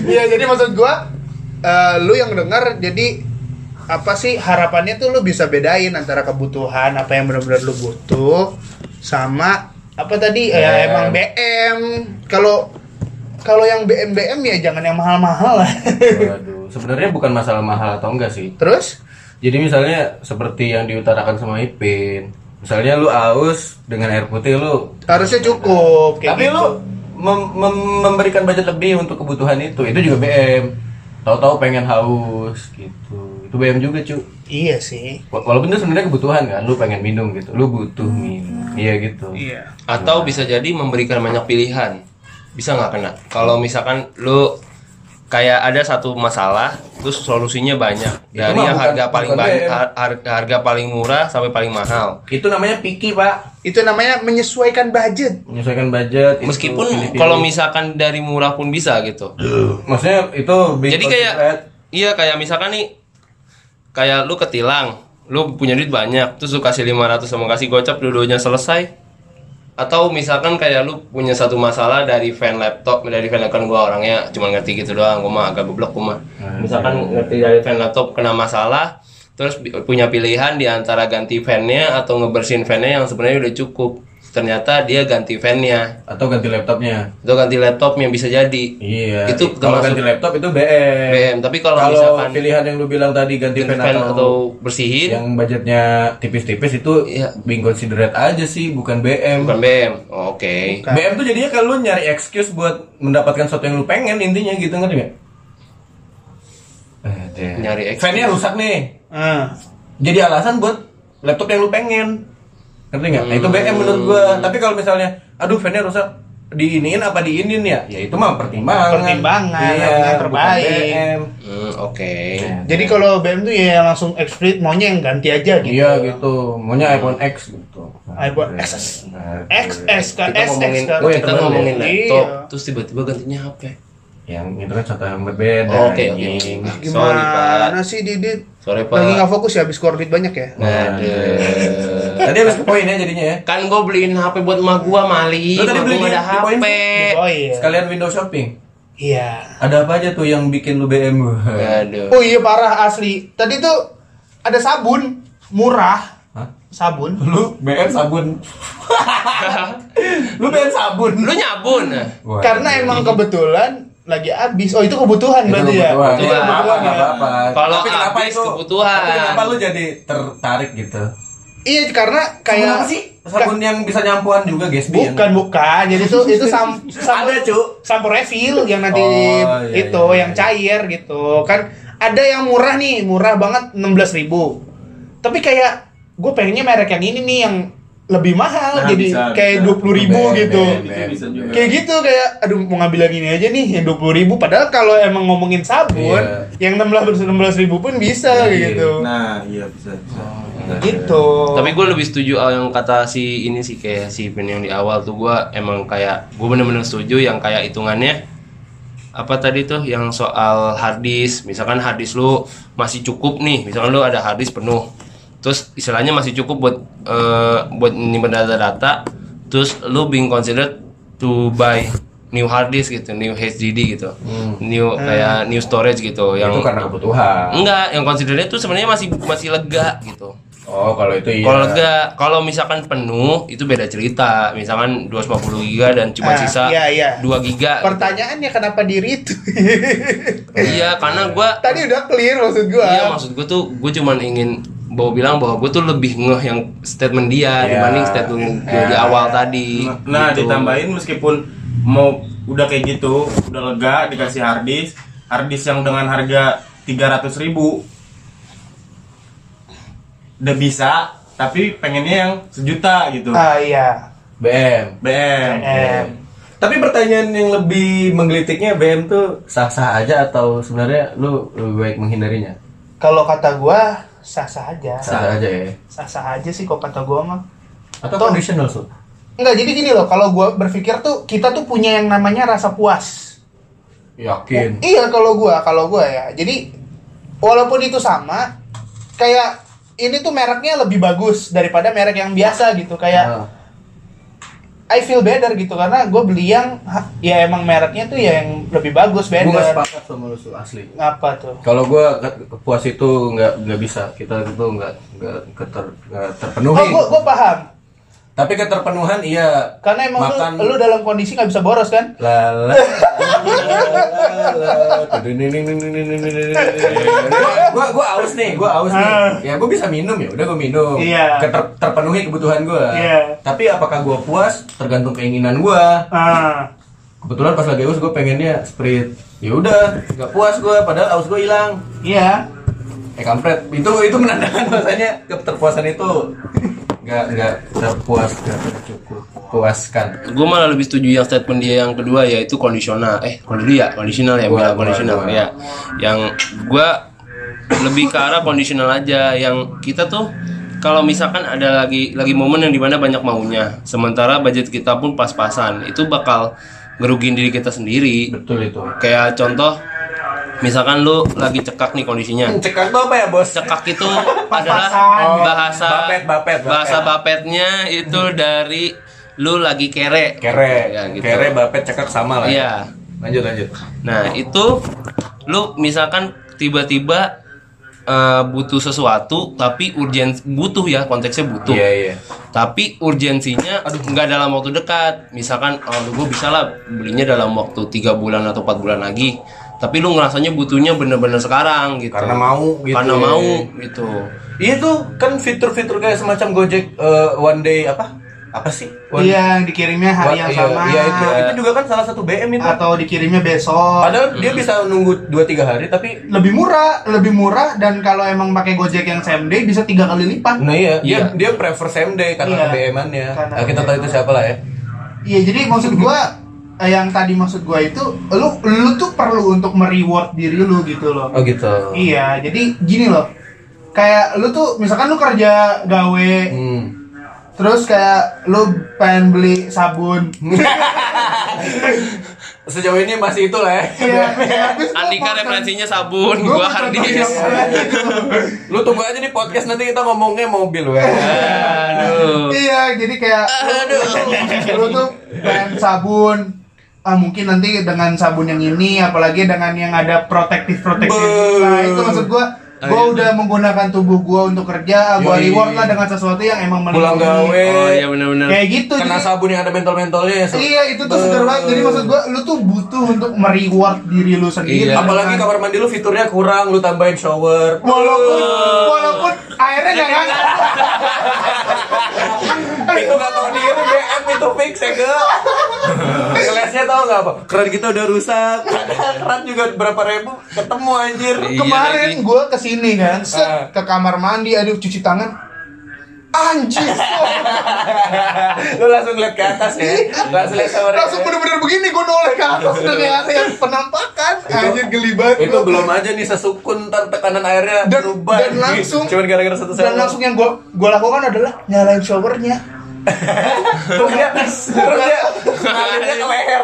Iya, jadi maksud gua eh, lu yang dengar jadi apa sih harapannya tuh lu bisa bedain antara kebutuhan apa yang benar-benar lu butuh sama apa tadi ya emang BM. Kalau kalau yang BM BM ya jangan yang mahal-mahal lah.
Waduh, sebenarnya bukan masalah mahal atau enggak sih.
Terus
Jadi misalnya seperti yang diutarakan sama Ipin. Misalnya lu aus dengan air putih lu.
harusnya cukup kayak
tapi
gitu.
lu mem- mem- memberikan budget lebih untuk kebutuhan itu. Itu juga BM. Tahu-tahu pengen haus gitu. Itu BM juga, cu.
iya sih.
Wa- Walaupun itu sebenarnya kebutuhan kan, lu pengen minum gitu. Lu butuh minum. Iya gitu.
Iya.
Atau bisa jadi memberikan banyak pilihan. Bisa nggak kena? Kalau misalkan lu kayak ada satu masalah, terus solusinya banyak.
Itu
Dari
mah
yang
bukan-
harga paling
bukan
ban-
BM.
har- harga, harga paling murah sampai paling mahal.
Itu namanya picky, Pak.
Itu namanya menyesuaikan budget.
Menyesuaikan budget. itu
Meskipun
pilih-pilih.
kalau misalkan dari murah pun bisa gitu.
maksudnya itu big
Jadi kayak
considerate.
iya kayak misalkan nih kayak lu ketilang, lu punya duit banyak, terus lu kasih 500 sama kasih gocap dua-duanya selesai. Atau misalkan kayak lu punya satu masalah dari fan laptop, dari fan laptop kan gua orangnya cuma ngerti gitu doang, gua mah agak goblok gua mah.
Ah.
Misalkan ngerti dari fan laptop kena masalah, terus bi- punya pilihan di antara ganti fan-nya atau ngebersihin fan-nya yang sebenarnya udah cukup. Ternyata dia ganti fan-nya
atau ganti laptopnya.
atau ganti laptopnya bisa jadi.
Iya.
Itu
kalau
termasuk-
ganti laptop itu BM.
BM, tapi kalau
Kalau
misalkan-
pilihan yang lu bilang tadi ganti
Ganti
pen
fan
atau,
atau bersihin
yang budgetnya tipis-tipis itu
Iya.
being considerate aja sih, bukan BM.
Bukan BM. Oh, Oke.
BM tuh jadinya kalau lu nyari excuse buat mendapatkan sesuatu yang lu pengen intinya gitu ngerti nggak? Eh, deh.
Nyari excuse.
Fan-nya rusak nih.
Ah.
Jadi alasan buat laptop yang lu pengen. Ngerti nggak? Nah, itu
Hmm.
BM menurut gua. Tapi kalau misalnya aduh fan-nya rusak diinin apa diinin ya? Ya itu mah pertimbangan.
Pertimbangan,
Iya,
yang
bukan
terbaik. Iya.
BM.
Hmm, Oke.
Iya.
Jadi kalau BM tuh ya langsung explicit maunya yang ganti aja gitu. Ah,
Iya gitu, maunya iPhone X gitu.
Hmm.
nah,
iPhone XS. XS kan
Kita
SX
ngomongin,
kan.
oh iya,
kita
terbaru
ngomongin
ya?
laptop,
Iya.
terus tiba-tiba gantinya HP.
Yang itu kan contoh yang berbeda.
Oh, Oke, oke.
anjing.
Nah,
Sorry, Pak.
Gimana sih Didit?
Sorry, Pak. Nah,
Lagi nggak fokus ya habis koordinat banyak ya?
Nah, iya,
Aduh.
Tadi habis ke poin ya jadinya ya.
Kan gue beliin HP buat emak gua, Mali.
Lu tadi
Emak
beli
gua
di-
ada
di poin
HP.
Oh iya.
Sekalian window shopping.
Iya.
Ada apa aja tuh yang bikin lu BM?
Aduh.
Oh iya parah asli. Tadi tuh ada sabun murah
Hah?
sabun
Lu BN sabun. lu BN sabun.
Lu nyabun.
Wah,
karena emang kebetulan lagi habis. Oh, itu kebutuhan
itu
berarti ya.
kebutuhan.
Iya,
Nggak apa-apa,
kebutuhan.
nggak apa-apa.
Kalau
Tapi kenapa
habis
itu-
kebutuhan.
Tapi kenapa lu jadi tertarik gitu?
Iya, karena kayak
Kenapa sih sabun yang bisa nyampuan juga Gatsby? yang-
Bukan, bukan. Jadi itu itu sam, sam
Ada, Cuk.
sampo refill yang nanti
Oh, iya,
itu
iya,
yang
iya.
cair gitu. Kan ada yang murah nih, murah banget 16.000. Tapi kayak gue pengennya merek yang ini nih yang lebih mahal
Nah,
jadi
bisa,
kayak
bisa.
dua puluh ribu
Ben,
gitu
ben,
Itu
ben.
bisa juga.
kayak gitu kayak aduh mau ngambil yang ini aja nih yang dua puluh ribu padahal kalau emang ngomongin sabun
Iya.
yang enam belas ribu pun bisa
Iya. nah,
gitu
Nah, iya bisa bisa.
gitu
Tapi gue lebih setuju al yang kata si ini sih kayak si Pen yang di awal tuh gue emang kayak gue bener-bener setuju yang kayak hitungannya apa tadi tuh yang soal harddisk misalkan harddisk lu masih cukup nih misalkan lu ada harddisk penuh terus istilahnya masih cukup buat eh, buat nyimpen data-data terus lu being considered to buy new harddisk gitu new HDD gitu new kayak new storage gitu yang
Hmm. Itu karena kebutuhan.
enggak yang considernya tuh sebenarnya masih masih lega gitu
Oh, kalau itu iya.
kalau enggak, kalau misalkan penuh itu beda cerita. Misalkan 250 giga dan cuma
Ah,
sisa
iya, iya.
2 giga. gitu.
pertanyaannya kenapa diri itu
Iya, karena gua
tadi udah clear maksud gua
iya maksud gua tuh gua cuman ingin bawa bilang bahwa gua tuh lebih ngeh yang statement
Iya.
dia dibanding statement dia di awal tadi.
Nah,
gitu.
ditambahin meskipun mau udah kayak gitu, udah lega dikasih harddisk, harddisk yang dengan harga 300.000 ribu udah bisa, tapi pengennya yang sejuta gitu.
ah Eh. iya
BM.
BM.
Iya.
Em,
Tapi pertanyaan yang lebih menggelitiknya BM tuh sah-sah aja atau sebenarnya lu lebih baik menghindarinya?
kalau kata gua sah-sah aja
Sah aja ya.
sah-sah aja sih kalau kata gua mah
Atau
Atau-
conditional so?
Enggak, jadi gini loh, kalau gua berpikir tuh kita tuh punya yang namanya rasa puas.
Yakin.
Iya, kalau gua, kalau gua ya. Jadi walaupun itu sama, kayak ini tuh mereknya lebih bagus daripada merek yang biasa gitu. Kayak
Ah.
I feel better gitu karena gua beli yang ha, ya emang mereknya tuh ya yang lebih bagus,
Gua nggak
better.
sepakat sama lu Sul, asli.
Apa tuh?
Kalau gua ke- puas itu nggak nggak bisa. Kita itu nggak nggak keter- nggak terpenuhi.
Oh, gua, gua paham.
Tapi keterpenuhan iya.
Karena emang
makan
lu, lu dalam kondisi nggak bisa boros kan?
lala. Gua gua aus nih, gua aus nih. Ya gua bisa minum ya, udah gua
Ah.
minum.
Iya.
Keter- terpenuhi kebutuhan gua.
Iya.
Tapi apakah gua puas tergantung keinginan gua.
Ah.
Kebetulan pas lagi aus gua pengennya sprite. Ya udah, nggak puas gua padahal aus gua hilang.
Iya.
Eh kampret, itu itu menandakan bahasanya keterpuasan itu nggak nggak terpuas nggak tercukup puaskan.
Gue malah lebih setuju yang statement dia yang kedua yaitu kondisional. Eh, kondisional ya, kondisional ya,
Gua-
bilang
gua-
kondisional
gua.
ya. Yang gua lebih ke arah kondisional aja yang kita tuh kalau misalkan ada lagi lagi momen yang dimana banyak maunya, sementara budget kita pun pas-pasan, itu bakal ngerugiin diri kita sendiri.
Betul itu.
Kayak contoh, misalkan lu lagi cekak nih kondisinya,
Cekak tuh apa ya bos?
cekak itu adalah
Oh,
bahasa
bapet, bapet, bapet.
bahasa bapetnya itu dari lu lagi kere
Kere,
ya, gitu.
kere, bapet, cekak sama lah. ya.
Iya.
Lanjut lanjut.
nah itu lu misalkan tiba-tiba eh, butuh sesuatu tapi urgen butuh ya konteksnya butuh
Iya iya.
tapi urgensinya aduh nggak dalam waktu dekat misalkan oh, gue bisa lah belinya dalam waktu tiga bulan atau empat bulan lagi tapi lu ngerasanya butuhnya bener-bener sekarang gitu
Karena mau gitu.
karena mau gitu
Iya tuh kan fitur-fitur kayak semacam Gojek eh, one day apa? Apa sih? One-
Iya, dikirimnya hari
one-
yang
iya,
sama.
Iya itu, itu juga kan salah satu BM itu.
Atau dikirimnya besok.
Padahal dia bisa nunggu 2-3 hari tapi
lebih murah, lebih murah dan kalau emang pakai Gojek yang same day bisa tiga kali lipat.
Nah iya, dia,
Iya.
dia prefer same day karena
Iya.
KBM-annya.
Karena
Nah, kita tahu
KBM.
itu siapa lah ya.
Iya, jadi maksud gua eh, yang tadi maksud gua itu lu lu tuh perlu untuk mereward diri lu gitu loh.
Oh gitu.
Iya, jadi gini loh. Kayak lu tuh misalkan lu kerja gawe
Hmm.
terus kayak lu pengen beli sabun.
Sejauh ini masih itu lah ya.
Iya, terus lu mau-
Andika referensinya sabun,
gua mau contoh
gua
yang
hardis.
lain gitu.
Lu tunggu aja di podcast nanti kita ngomongnya mobil weh.
Aduh.
Iya, jadi kayak lu, lu tuh pengen sabun. Ah, mungkin nanti dengan sabun yang ini apalagi dengan yang ada protektif protektif
Beuh.
nah itu maksud gua Gue udah menggunakan tubuh gue untuk kerja, gue
Yoi.
reward lah dengan sesuatu yang emang
Pulang
melindungi.
gawe.
oh iya benar-benar
Kayak gitu.
kena
jadi-
sabun yang ada mentol-mentolnya ya, Sob.
Iya itu tuh seger banget. Jadi maksud gua lu tuh butuh untuk mereward diri lu sendiri.
Iya.
apalagi
Dengan-
kamar mandi lu fiturnya kurang lu tambahin shower
Iya. walaupun walaupun airnya nggak Eh, ngangkat.
itu gak tau diri BM itu fix ya ke Ngelesnya tau gak apa Keran kita udah rusak Keran juga berapa ribu Ketemu anjir
Iya,
Kemarin
lagi.
gua kesini kan, set,
Ah.
ke kamar mandi, aduh cuci tangan, anjir,
Lu langsung liat ke atas ya Langsung liat sama
langsung bener-bener begini gua noleh ke atas udah kayak ada yang penampakan, anjir geli banget.
itu
gua.
belum aja nih sesukun ntar tekanan airnya
Dan-
berubah
dan
anjir.
langsung-
cuman gara-gara satu
dan langsung yang gua gua lakukan adalah nyalain showernya.
terus dia terus dia ngalinnya ke leher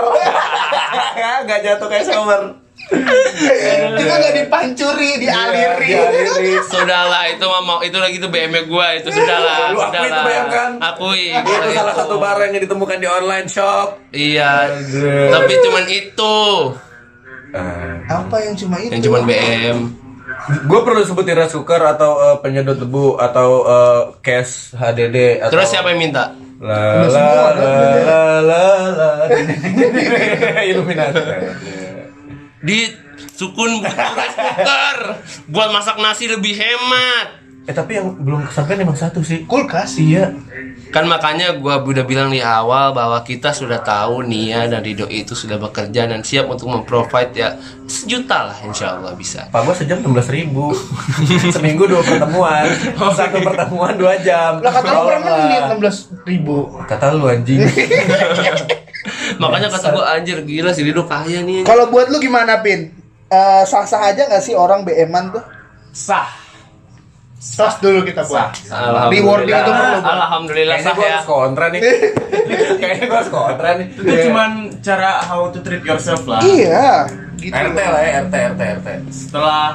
nggak jatuh kayak shower
Kita nggak dipancuri, dialiri.
Iya, dialiri.
sudahlah itu mah mau itu lagi itu BM gua itu sudahlah
Lu akui
sudahlah
itu BM kan?
akui
itu
kalau
salah
itu.
satu barang yang ditemukan di online shop
iya tapi cuman itu
Apa yang cuma itu?
yang cuman BM
Gue Eh, perlu sebutin rice cooker atau eh, penyedot debu atau eh, case HDD atau
terus siapa yang minta
La la la la la la Illuminati.
di sukun butuh rice cooker buat masak nasi lebih hemat
Eh tapi yang belum kesampaian emang satu sih.
Kulkas.
Iya.
kan makanya gua udah bilang di awal bahwa kita sudah tahu Nia dan Rido itu sudah bekerja dan siap untuk memprovide ya sejuta lah insya Allah bisa
Pak gua sejam 16 ribu Seminggu dua pertemuan Satu pertemuan dua jam
Lah kata lu per
Tolonglah.
menit 16 ribu.
Kata lu anjing
makanya kata gua anjir gila si Rido kaya nih
Kalau buat lu gimana pin? Eh, sah-sah aja nggak sih orang BM-an tuh?
Sah.
Sos dulu kita buat.
Alhamdulillah.
Rewarding itu perlu, Bang.
Alhamdulillah
Kayaknya
sah
gua
ya.
harus kontra nih Kayaknya gua harus kontra nih
Itu
Iya.
cuman cara how to treat yourself lah.
Iya.
Gitu.
RT lah ya RT RT RT
Setelah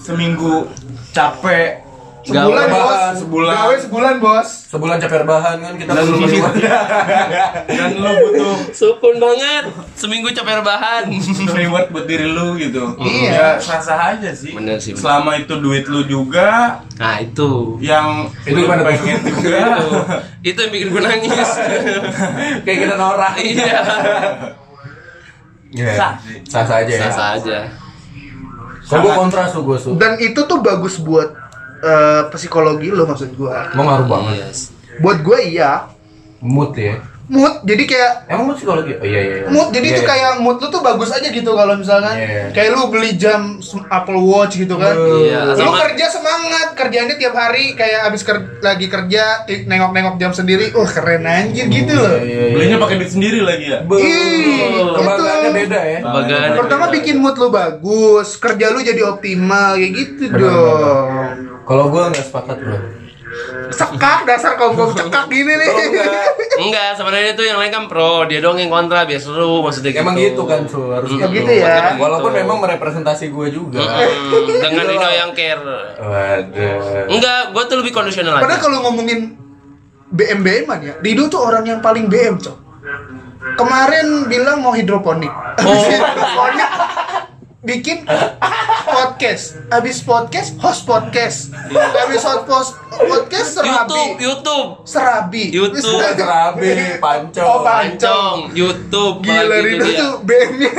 seminggu capek
Sebulan
Gak
bos,
apa-apa,
sebulan.
Gawe sebulan bos.
Sebulan capek rebahan kan kita
Dan-
belum
dan lu butuh
Sukun banget. Seminggu capek rebahan.
butuh reward buat diri lu gitu.
Iya.
Ya sah-sah aja sih.
Bener sih, bener.
Selama itu duit lu juga
Nah itu.
yang
Itu
lu
gimana tuh?
pengen juga.
Itu. Itu yang bikin gue nangis.
Kayak kita norak
iya.
Sah.
Iya, Sah sah aja ya
Sah aja.
Kalau gue kontra su gue su
Dan itu tuh bagus buat eh, psikologi lo maksud gua.
Mau ngaruh banget
Yes.
Buat gua iya.
Mood ya
Mood jadi kayak
Emang mood psikologi? Oh iya iya iya.
mood jadi
Iya,
tuh
iya.
kayak mood lu tuh bagus aja gitu kalau misalkan
Iya.
kayak lu beli jam s- Apple Watch gitu kan.
Iya,
Lu
sama-
kerja semangat, kerjaannya tiap hari kayak abis ker- lagi kerja ti- nengok-nengok jam sendiri. Wah, keren anjir gitu loh.
Iya, iya.
Belinya pakai duit sendiri lagi ya.
Be-
Ih, gitu.
Kebanggaannya
itu.
beda ya
Kebanggaan.
Pertama bikin mood lu bagus, kerja lu jadi optimal kayak gitu dong.
Kalau gue nggak sepakat bro
Cekak dasar kaum kaum cekak gini nih.
Oh, enggak.
Enggak, sebenarnya itu yang lain kan pro, dia dong yang kontra biar seru maksudnya gitu.
Emang gitu kan su harus
Oh,
Mm-mm.
gitu ya.
Makanya gitu.
Walaupun memang merepresentasi gue juga
Mm-mm. Hmm, dengan Rido yang care.
Waduh
Enggak, gue tuh lebih kondisional
Padahal
aja.
kalau ngomongin BM BM-an ya, Rido tuh orang yang paling BM, Cok. Kemarin bilang mau hidroponik.
Oh.
Abis hidroponik bikin podcast. Abis podcast host podcast. Abis host post- podcast serabi.
Iya. YouTube, YouTube,
Serabi.
YouTube.
Serabi, Iya, pancong.
Oh, pancong.
pancong, YouTube,
Gila
apalagi itu
Rido
dia.
tuh BM-nya.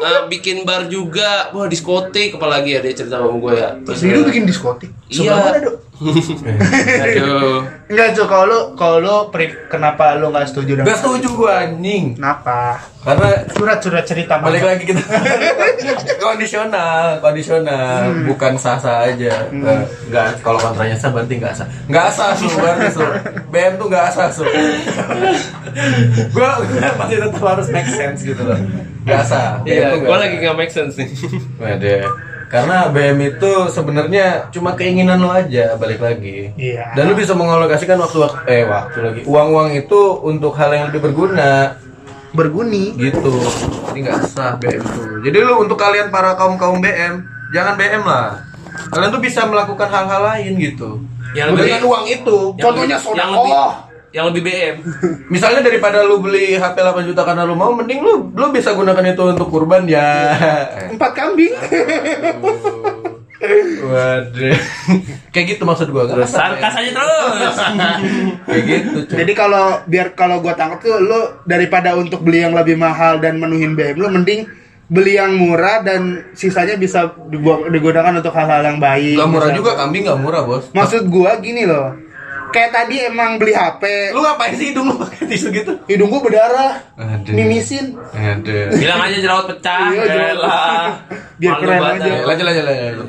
Eh, bikin bar juga, wah diskotik apalagi ya dia cerita sama gue ya. Terus
Rido
ya.
bikin diskotik.
Iya.
Sebelah mana, Dok?
Aduh.
Enggak, Cok. Kalau lu- kalau lu pri- kenapa lu nggak setuju dengan
Gak setuju gue anjing
Kenapa?
Karena
Surat-surat cerita
balik
mana?
lagi kita kondisional kondisional
Hmm.
bukan sah sah aja Eh, nggak kalau kontranya sah berarti nggak sah nggak sah su berarti su BM tuh nggak sah su gue masih tetap harus make sense gitu loh nggak sah BM
Iya,
tuh nggak
gue
sah.
lagi gak make sense nih.
Wede. karena BM itu sebenarnya cuma keinginan lo aja balik lagi
Iya.
dan lo bisa mengalokasikan waktu waktu eh waktu lagi uang uang itu untuk hal yang lebih berguna
Berguni.
gitu jadi nggak sah BM tuh jadi lu untuk kalian para kaum kaum BM jangan BM lah kalian tuh bisa melakukan hal-hal lain gitu
Yang lebih-
dengan uang itu
Contohnya
yang
soda.
lebih,
Oh.
yang lebih BM.
misalnya daripada lu beli HP 8 juta karena lu mau mending lu
Iya.
lu bisa gunakan itu untuk kurban ya
Empat kambing.
Waduh. Kayak gitu maksud gua.
Terus
Nggak asal,
sarkas
Ben.
aja terus.
Kayak gitu. cuy.
Jadi kalau biar kalau gua tangkap tuh lu daripada untuk beli yang lebih mahal dan menuhin BM lu mending beli yang murah dan sisanya bisa dibuang, digunakan untuk hal-hal yang baik.
Gak murah
Misal-
juga kambing gak murah bos.
Maksud gua gini loh. Kayak tadi emang beli HP,
Lu ngapain sih hidung lu pakai tisu gitu?
hidung gua berdarah,
Aduh.
mimisin.
Aduh.
Bilang aja jerawat pecah.
Iya, jerawat
Yaelah.
Biar
Malu
keren
banget.
aja.
Ya, Lanjut lanjut lanjut.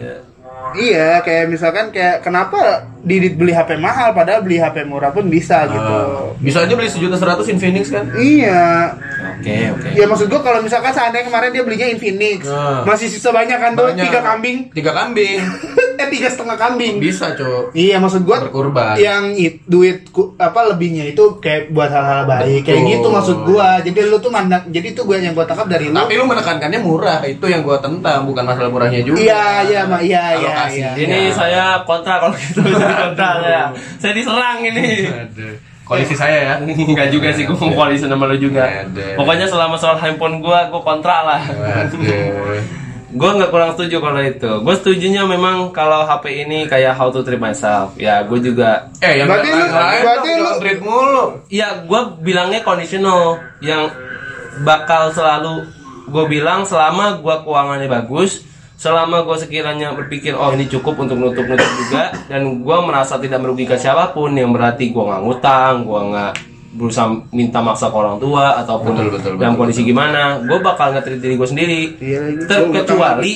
Iya, kayak misalkan kayak kenapa Didit beli HP mahal padahal beli HP murah pun bisa gitu.
Ah, bisa aja beli sejuta seratus Infinix kan?
Iya,
Oke oke.
ya maksud gua kalau misalkan seandainya kemarin dia belinya Infinix,
Nah.
masih sisa banyak kan tuh
Banyak.
tiga kambing,
Tiga kambing.
eh tiga setengah kambing.
Bisa cok.
Iya maksud gua
Berkurban.
yang it- duit ku- apa lebihnya itu kayak buat hal-hal baik kayak
Betul.
gitu maksud gua. Jadi lu tuh mandang jadi itu gua yang gua tangkap dari lu.
Tapi lu menekankannya murah, itu yang gua tentang, bukan masalah murahnya juga.
Iya iya ma iya iya.
Alokasi.
iya.
Ini saya kontra kalau gitu saya kontra saya. Saya diserang ini.
Aduh. Koalisi saya ya.
Enggak juga sih gue mau koalisi sama lo juga.
Ada.
Pokoknya selama soal handphone gua gua kontra lah.
Aduh.
Gue nggak kurang setuju kalau itu. Gue setujunya memang kalau HP ini kayak how to treat myself. Ya gue juga.
Eh, yang
Berarti lu-
lain-lain
berarti
dong,
lu-
jangan treat mulu.
Ya gue bilangnya conditional yang bakal selalu gue bilang selama gua keuangannya bagus, selama gue sekiranya berpikir oh ini cukup untuk nutup-nutup juga dan gua merasa tidak merugikan siapapun yang berarti gua nggak ngutang, gua nggak berusaha minta maksa ke orang tua ataupun
Betul, betul,
dalam
betul,
kondisi gimana, gue bakal ngetrit diri gue sendiri.
Iya, lagi.
Terkecuali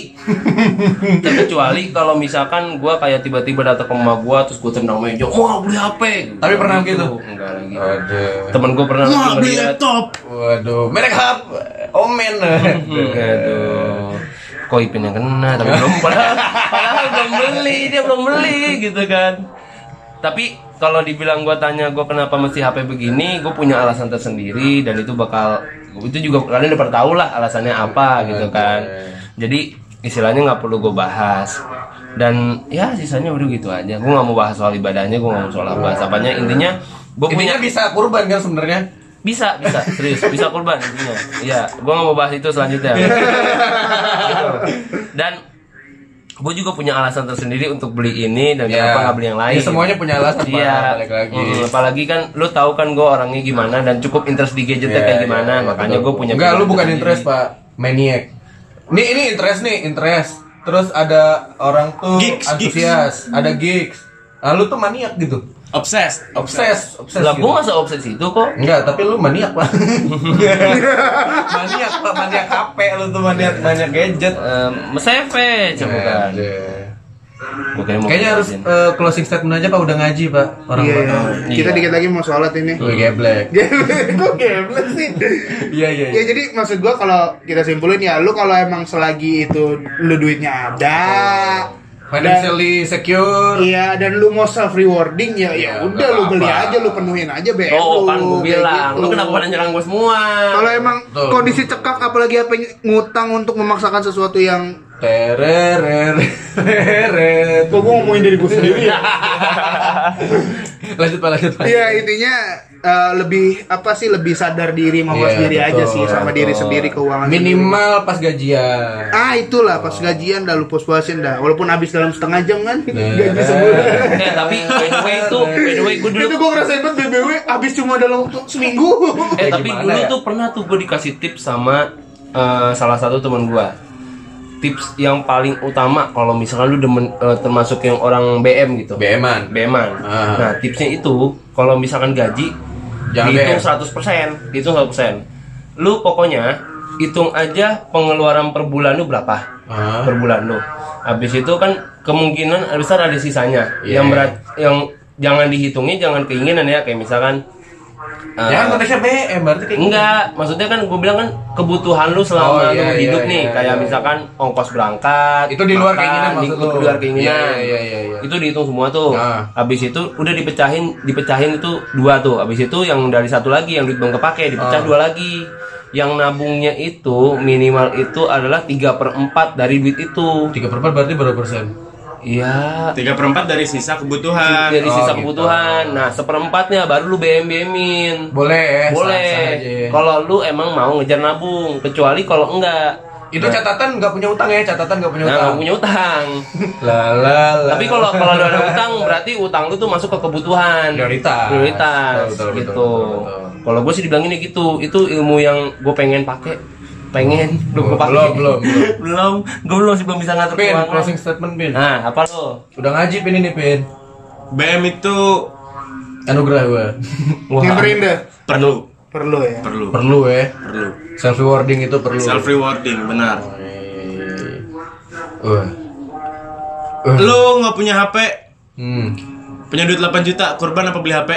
terkecuali kalau misalkan gua kayak tiba-tiba datang ke rumah gua terus gue tendang meja, wah beli HP.
Tapi pernah gitu?
Enggak lagi.
Aduh.
Temen gue pernah
Wah, beli
ngeliat,
laptop.
Waduh, merek hub, omen.
Hmm, Aduh. Kok Ipin yang kena tapi belum padahal, padahal belum beli, dia belum beli gitu kan. Tapi kalau dibilang gua tanya gua kenapa mesti HP begini, gue punya alasan tersendiri dan itu bakal itu juga kalian udah pada tahu lah alasannya apa gitu kan. Jadi istilahnya nggak perlu gue bahas dan ya sisanya udah gitu aja. Gue nggak mau bahas soal ibadahnya, gue nggak mau soal apa. Apanya intinya gue punya
Intinya bisa kurban kan sebenarnya.
bisa bisa serius bisa kurban intinya iya gue nggak mau bahas itu selanjutnya
Iya.
Gitu. dan gue juga punya alasan tersendiri untuk beli ini dan
Ya.
kenapa nggak beli yang lain
Ya, semuanya punya alasan, Pak.
iya
Balik lagi.
Mm, apalagi kan lu tahu kan gue orangnya gimana dan cukup interest di gadgetnya
Iya,
kayak
iya,
gimana
iya,
makanya
betul.
gue punya
Enggak, lu
pilihan
bukan
tersendiri.
interest, Pak. Maniac. Ini ini interest nih, interest. Terus ada orang tuh
Geeks,
antusias, ada gigs. Lalu tuh maniak gitu.
Obses.
Obses, obses.
lah gue
gitu.
nggak seobsesi itu kok
Enggak, tapi lu maniak, Pak. maniak, Pak, maniak HP lu tuh maniak maniak gadget.
Ehm, meseve coba kan
Aduh.
Bukan mau
Iya, Kayaknya harus
ngajarin.
eh, closing statement aja Pak udah ngaji Pak orang
Iya,
bakal.
iya. Kita
Iya.
dikit lagi mau sholat ini.
Gue geblek.
Kok geblek sih?
Iya iya.
Ya jadi maksud gua kalau kita simpulin ya lu kalau emang selagi itu lu duitnya ada
Financially secure.
Iya dan lu mau self rewarding ya ya
Iya,
udah
nggak
lu beli
apa-apa.
aja lu penuhin aja BM
Oh
lu,
kan gue
kayak
bilang,
gitu.
lu kenapa pada nyerang gue semua?
Kalau emang
Betul.
kondisi cekak apalagi apa yang ngutang untuk memaksakan sesuatu yang
Tereret.
Kok gue ngomongin dari gue sendiri ya?
Lanjut Pak lanjut Pak.
Iya intinya eh, lebih apa sih lebih sadar diri mawas
Iya,
diri aja
betul,
sih sama
betul.
diri sendiri keuangan sendiri.
Minimal pas gajian.
Ah itulah pas gajian dah lu puas-puasin dah walaupun habis dalam setengah jam kan gaji
Nah.
sebulan.
Eh tapi by the way itu, by the way gue dulu
Itu gue ngerasain banget BBW habis cuma dalam waktu seminggu.
Eh
Kayak
tapi
gimana
dulu
ya?
tuh pernah tuh gue dikasih tips sama eh, salah satu teman gue. Tips yang paling utama kalau misalkan lu demen eh, termasuk yang orang BM gitu.
BM-an.
BM-an.
Ah.
Nah, tipsnya itu kalau misalkan gaji
Jangan
dihitung
BM.
100%, dihitung 100%. Lu pokoknya hitung aja pengeluaran per bulan lu berapa.
Ah.
Per bulan lu. Habis itu kan kemungkinan besar ada sisanya.
Iya.
Yang berat yang jangan dihitungnya jangan keinginan ya kayak misalkan eh,
Jangan konteksnya BM berarti kayak
Enggak, maksudnya kan gue bilang kan kebutuhan lu
Oh,
selama
iya,
lu
iya,
hidup
iya,
nih,
iya,
kayak
iya.
misalkan ongkos berangkat,
Itu di luar
makan,
keinginan
di-
maksud lu.
di luar keinginan.
Iya, iya, iya, iya.
Itu dihitung semua tuh.
Nah.
Habis itu udah dipecahin, dipecahin itu dua tuh. Habis itu yang dari satu lagi yang duit belum kepake dipecah
Ah.
dua lagi. Yang nabungnya itu minimal itu adalah 3 per 4 dari duit itu.
Tiga per empat berarti berapa persen?
Iya,
Tiga perempat dari sisa kebutuhan.
dari
Oh,
sisa
gitu.
kebutuhan. Nah, seperempatnya baru lu BM-BM-in
Boleh.
boleh
sah-sah Eh, aja.
kalau lu emang mau ngejar nabung kecuali kalau enggak
Itu catatan nggak punya utang ya, catatan nggak punya
Nah,
utang.
nggak punya utang.
Lah, lah, lah.
Tapi kalau kalau lu ada utang berarti utang lu tuh masuk ke kebutuhan.
Prioritas.
Prioritas
Betul, betul, betul,
gitu.
betul, betul.
Kalau gue sih dibilang ini gitu, itu ilmu yang gue pengen pakai, pengen belum
belum
gue pakai.
belum belum.
belum gue belum sih belum bisa ngatur
Pin,
keuangan.
closing statement Pin.
Nah, apa lo?
Udah ngaji Pin ini Pin.
BM itu
Anugerah gue.
Wah.
Nyamperin deh.
perlu
Perlu ya.
perlu
perlu ya.
perlu
Self rewarding itu perlu.
self rewarding benar
Wah.
lu nggak punya HP
Hmm.
punya duit 8 juta kurban apa beli HP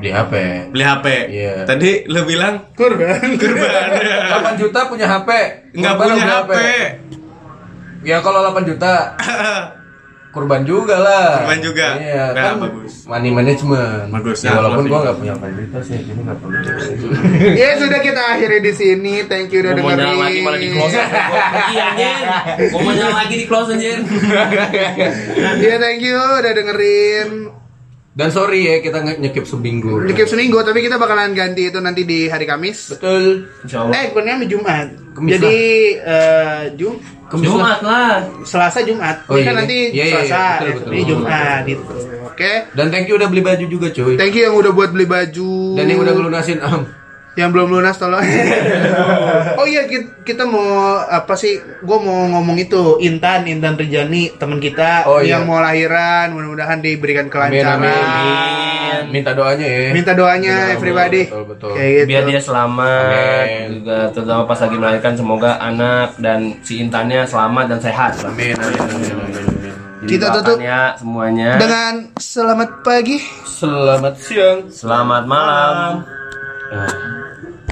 Di HP.
beli HP
Iya.
tadi lu bilang
Kurban.
kurban
8 juta punya HP.
nggak
Kurban
punya
nggak
HP
Ya kalau 8 juta kurban juga lah.
Kurban juga.
Iya,
Nah,
kan
bagus.
money management.
Bagus,
Ya,
ya,
walaupun
closing.
gua nggak punya 8 juta sih, jadi nggak perlu.
ya sudah kita akhiri di sini. Thank you udah
Gue mau
dengerin.
nyala lagi malah di close Iya anjir Gue mau nyala lagi di close anjir
Ya thank you udah dengerin.
Dan sorry ya kita nge- nyekip seminggu.
Dikit seminggu tapi kita bakalan ganti itu nanti di hari Kamis.
Betul.
insyaallah
Eh, bukan Kamis Jumat.
Kamis
Jadi eh Jum
Kemis lah.
Jumat lah
Selasa Jumat.
Oh,
Ini kan
iya,
nanti
iya, iya,
Selasa.
betul, betul,
Ini
betul.
Jumat gitu. Oke.
Dan thank you udah beli baju juga cuy.
Thank you yang udah buat beli baju.
Dan yang udah ngelunasin am.
yang belum lunas tolong. oh iya kit- kita, mau apa sih? Gue mau ngomong itu Intan Intan Rijani teman kita
Oh, iya.
yang mau lahiran mudah-mudahan diberikan
Amin,
kelancaran.
amin, amin. Minta doanya ya.
Minta doanya
Minta doa,
everybody.
Betul betul.
Kayak gitu.
Biar dia selamat
Amin.
juga Terutama pas lagi melahirkan Semoga anak dan si Intannya selamat dan sehat lah.
Amin, amin, amin, amin, amin.
Jadi
Kita tutup
doakan ya semuanya
dengan selamat pagi.
Selamat siang.
Selamat malam
Ah.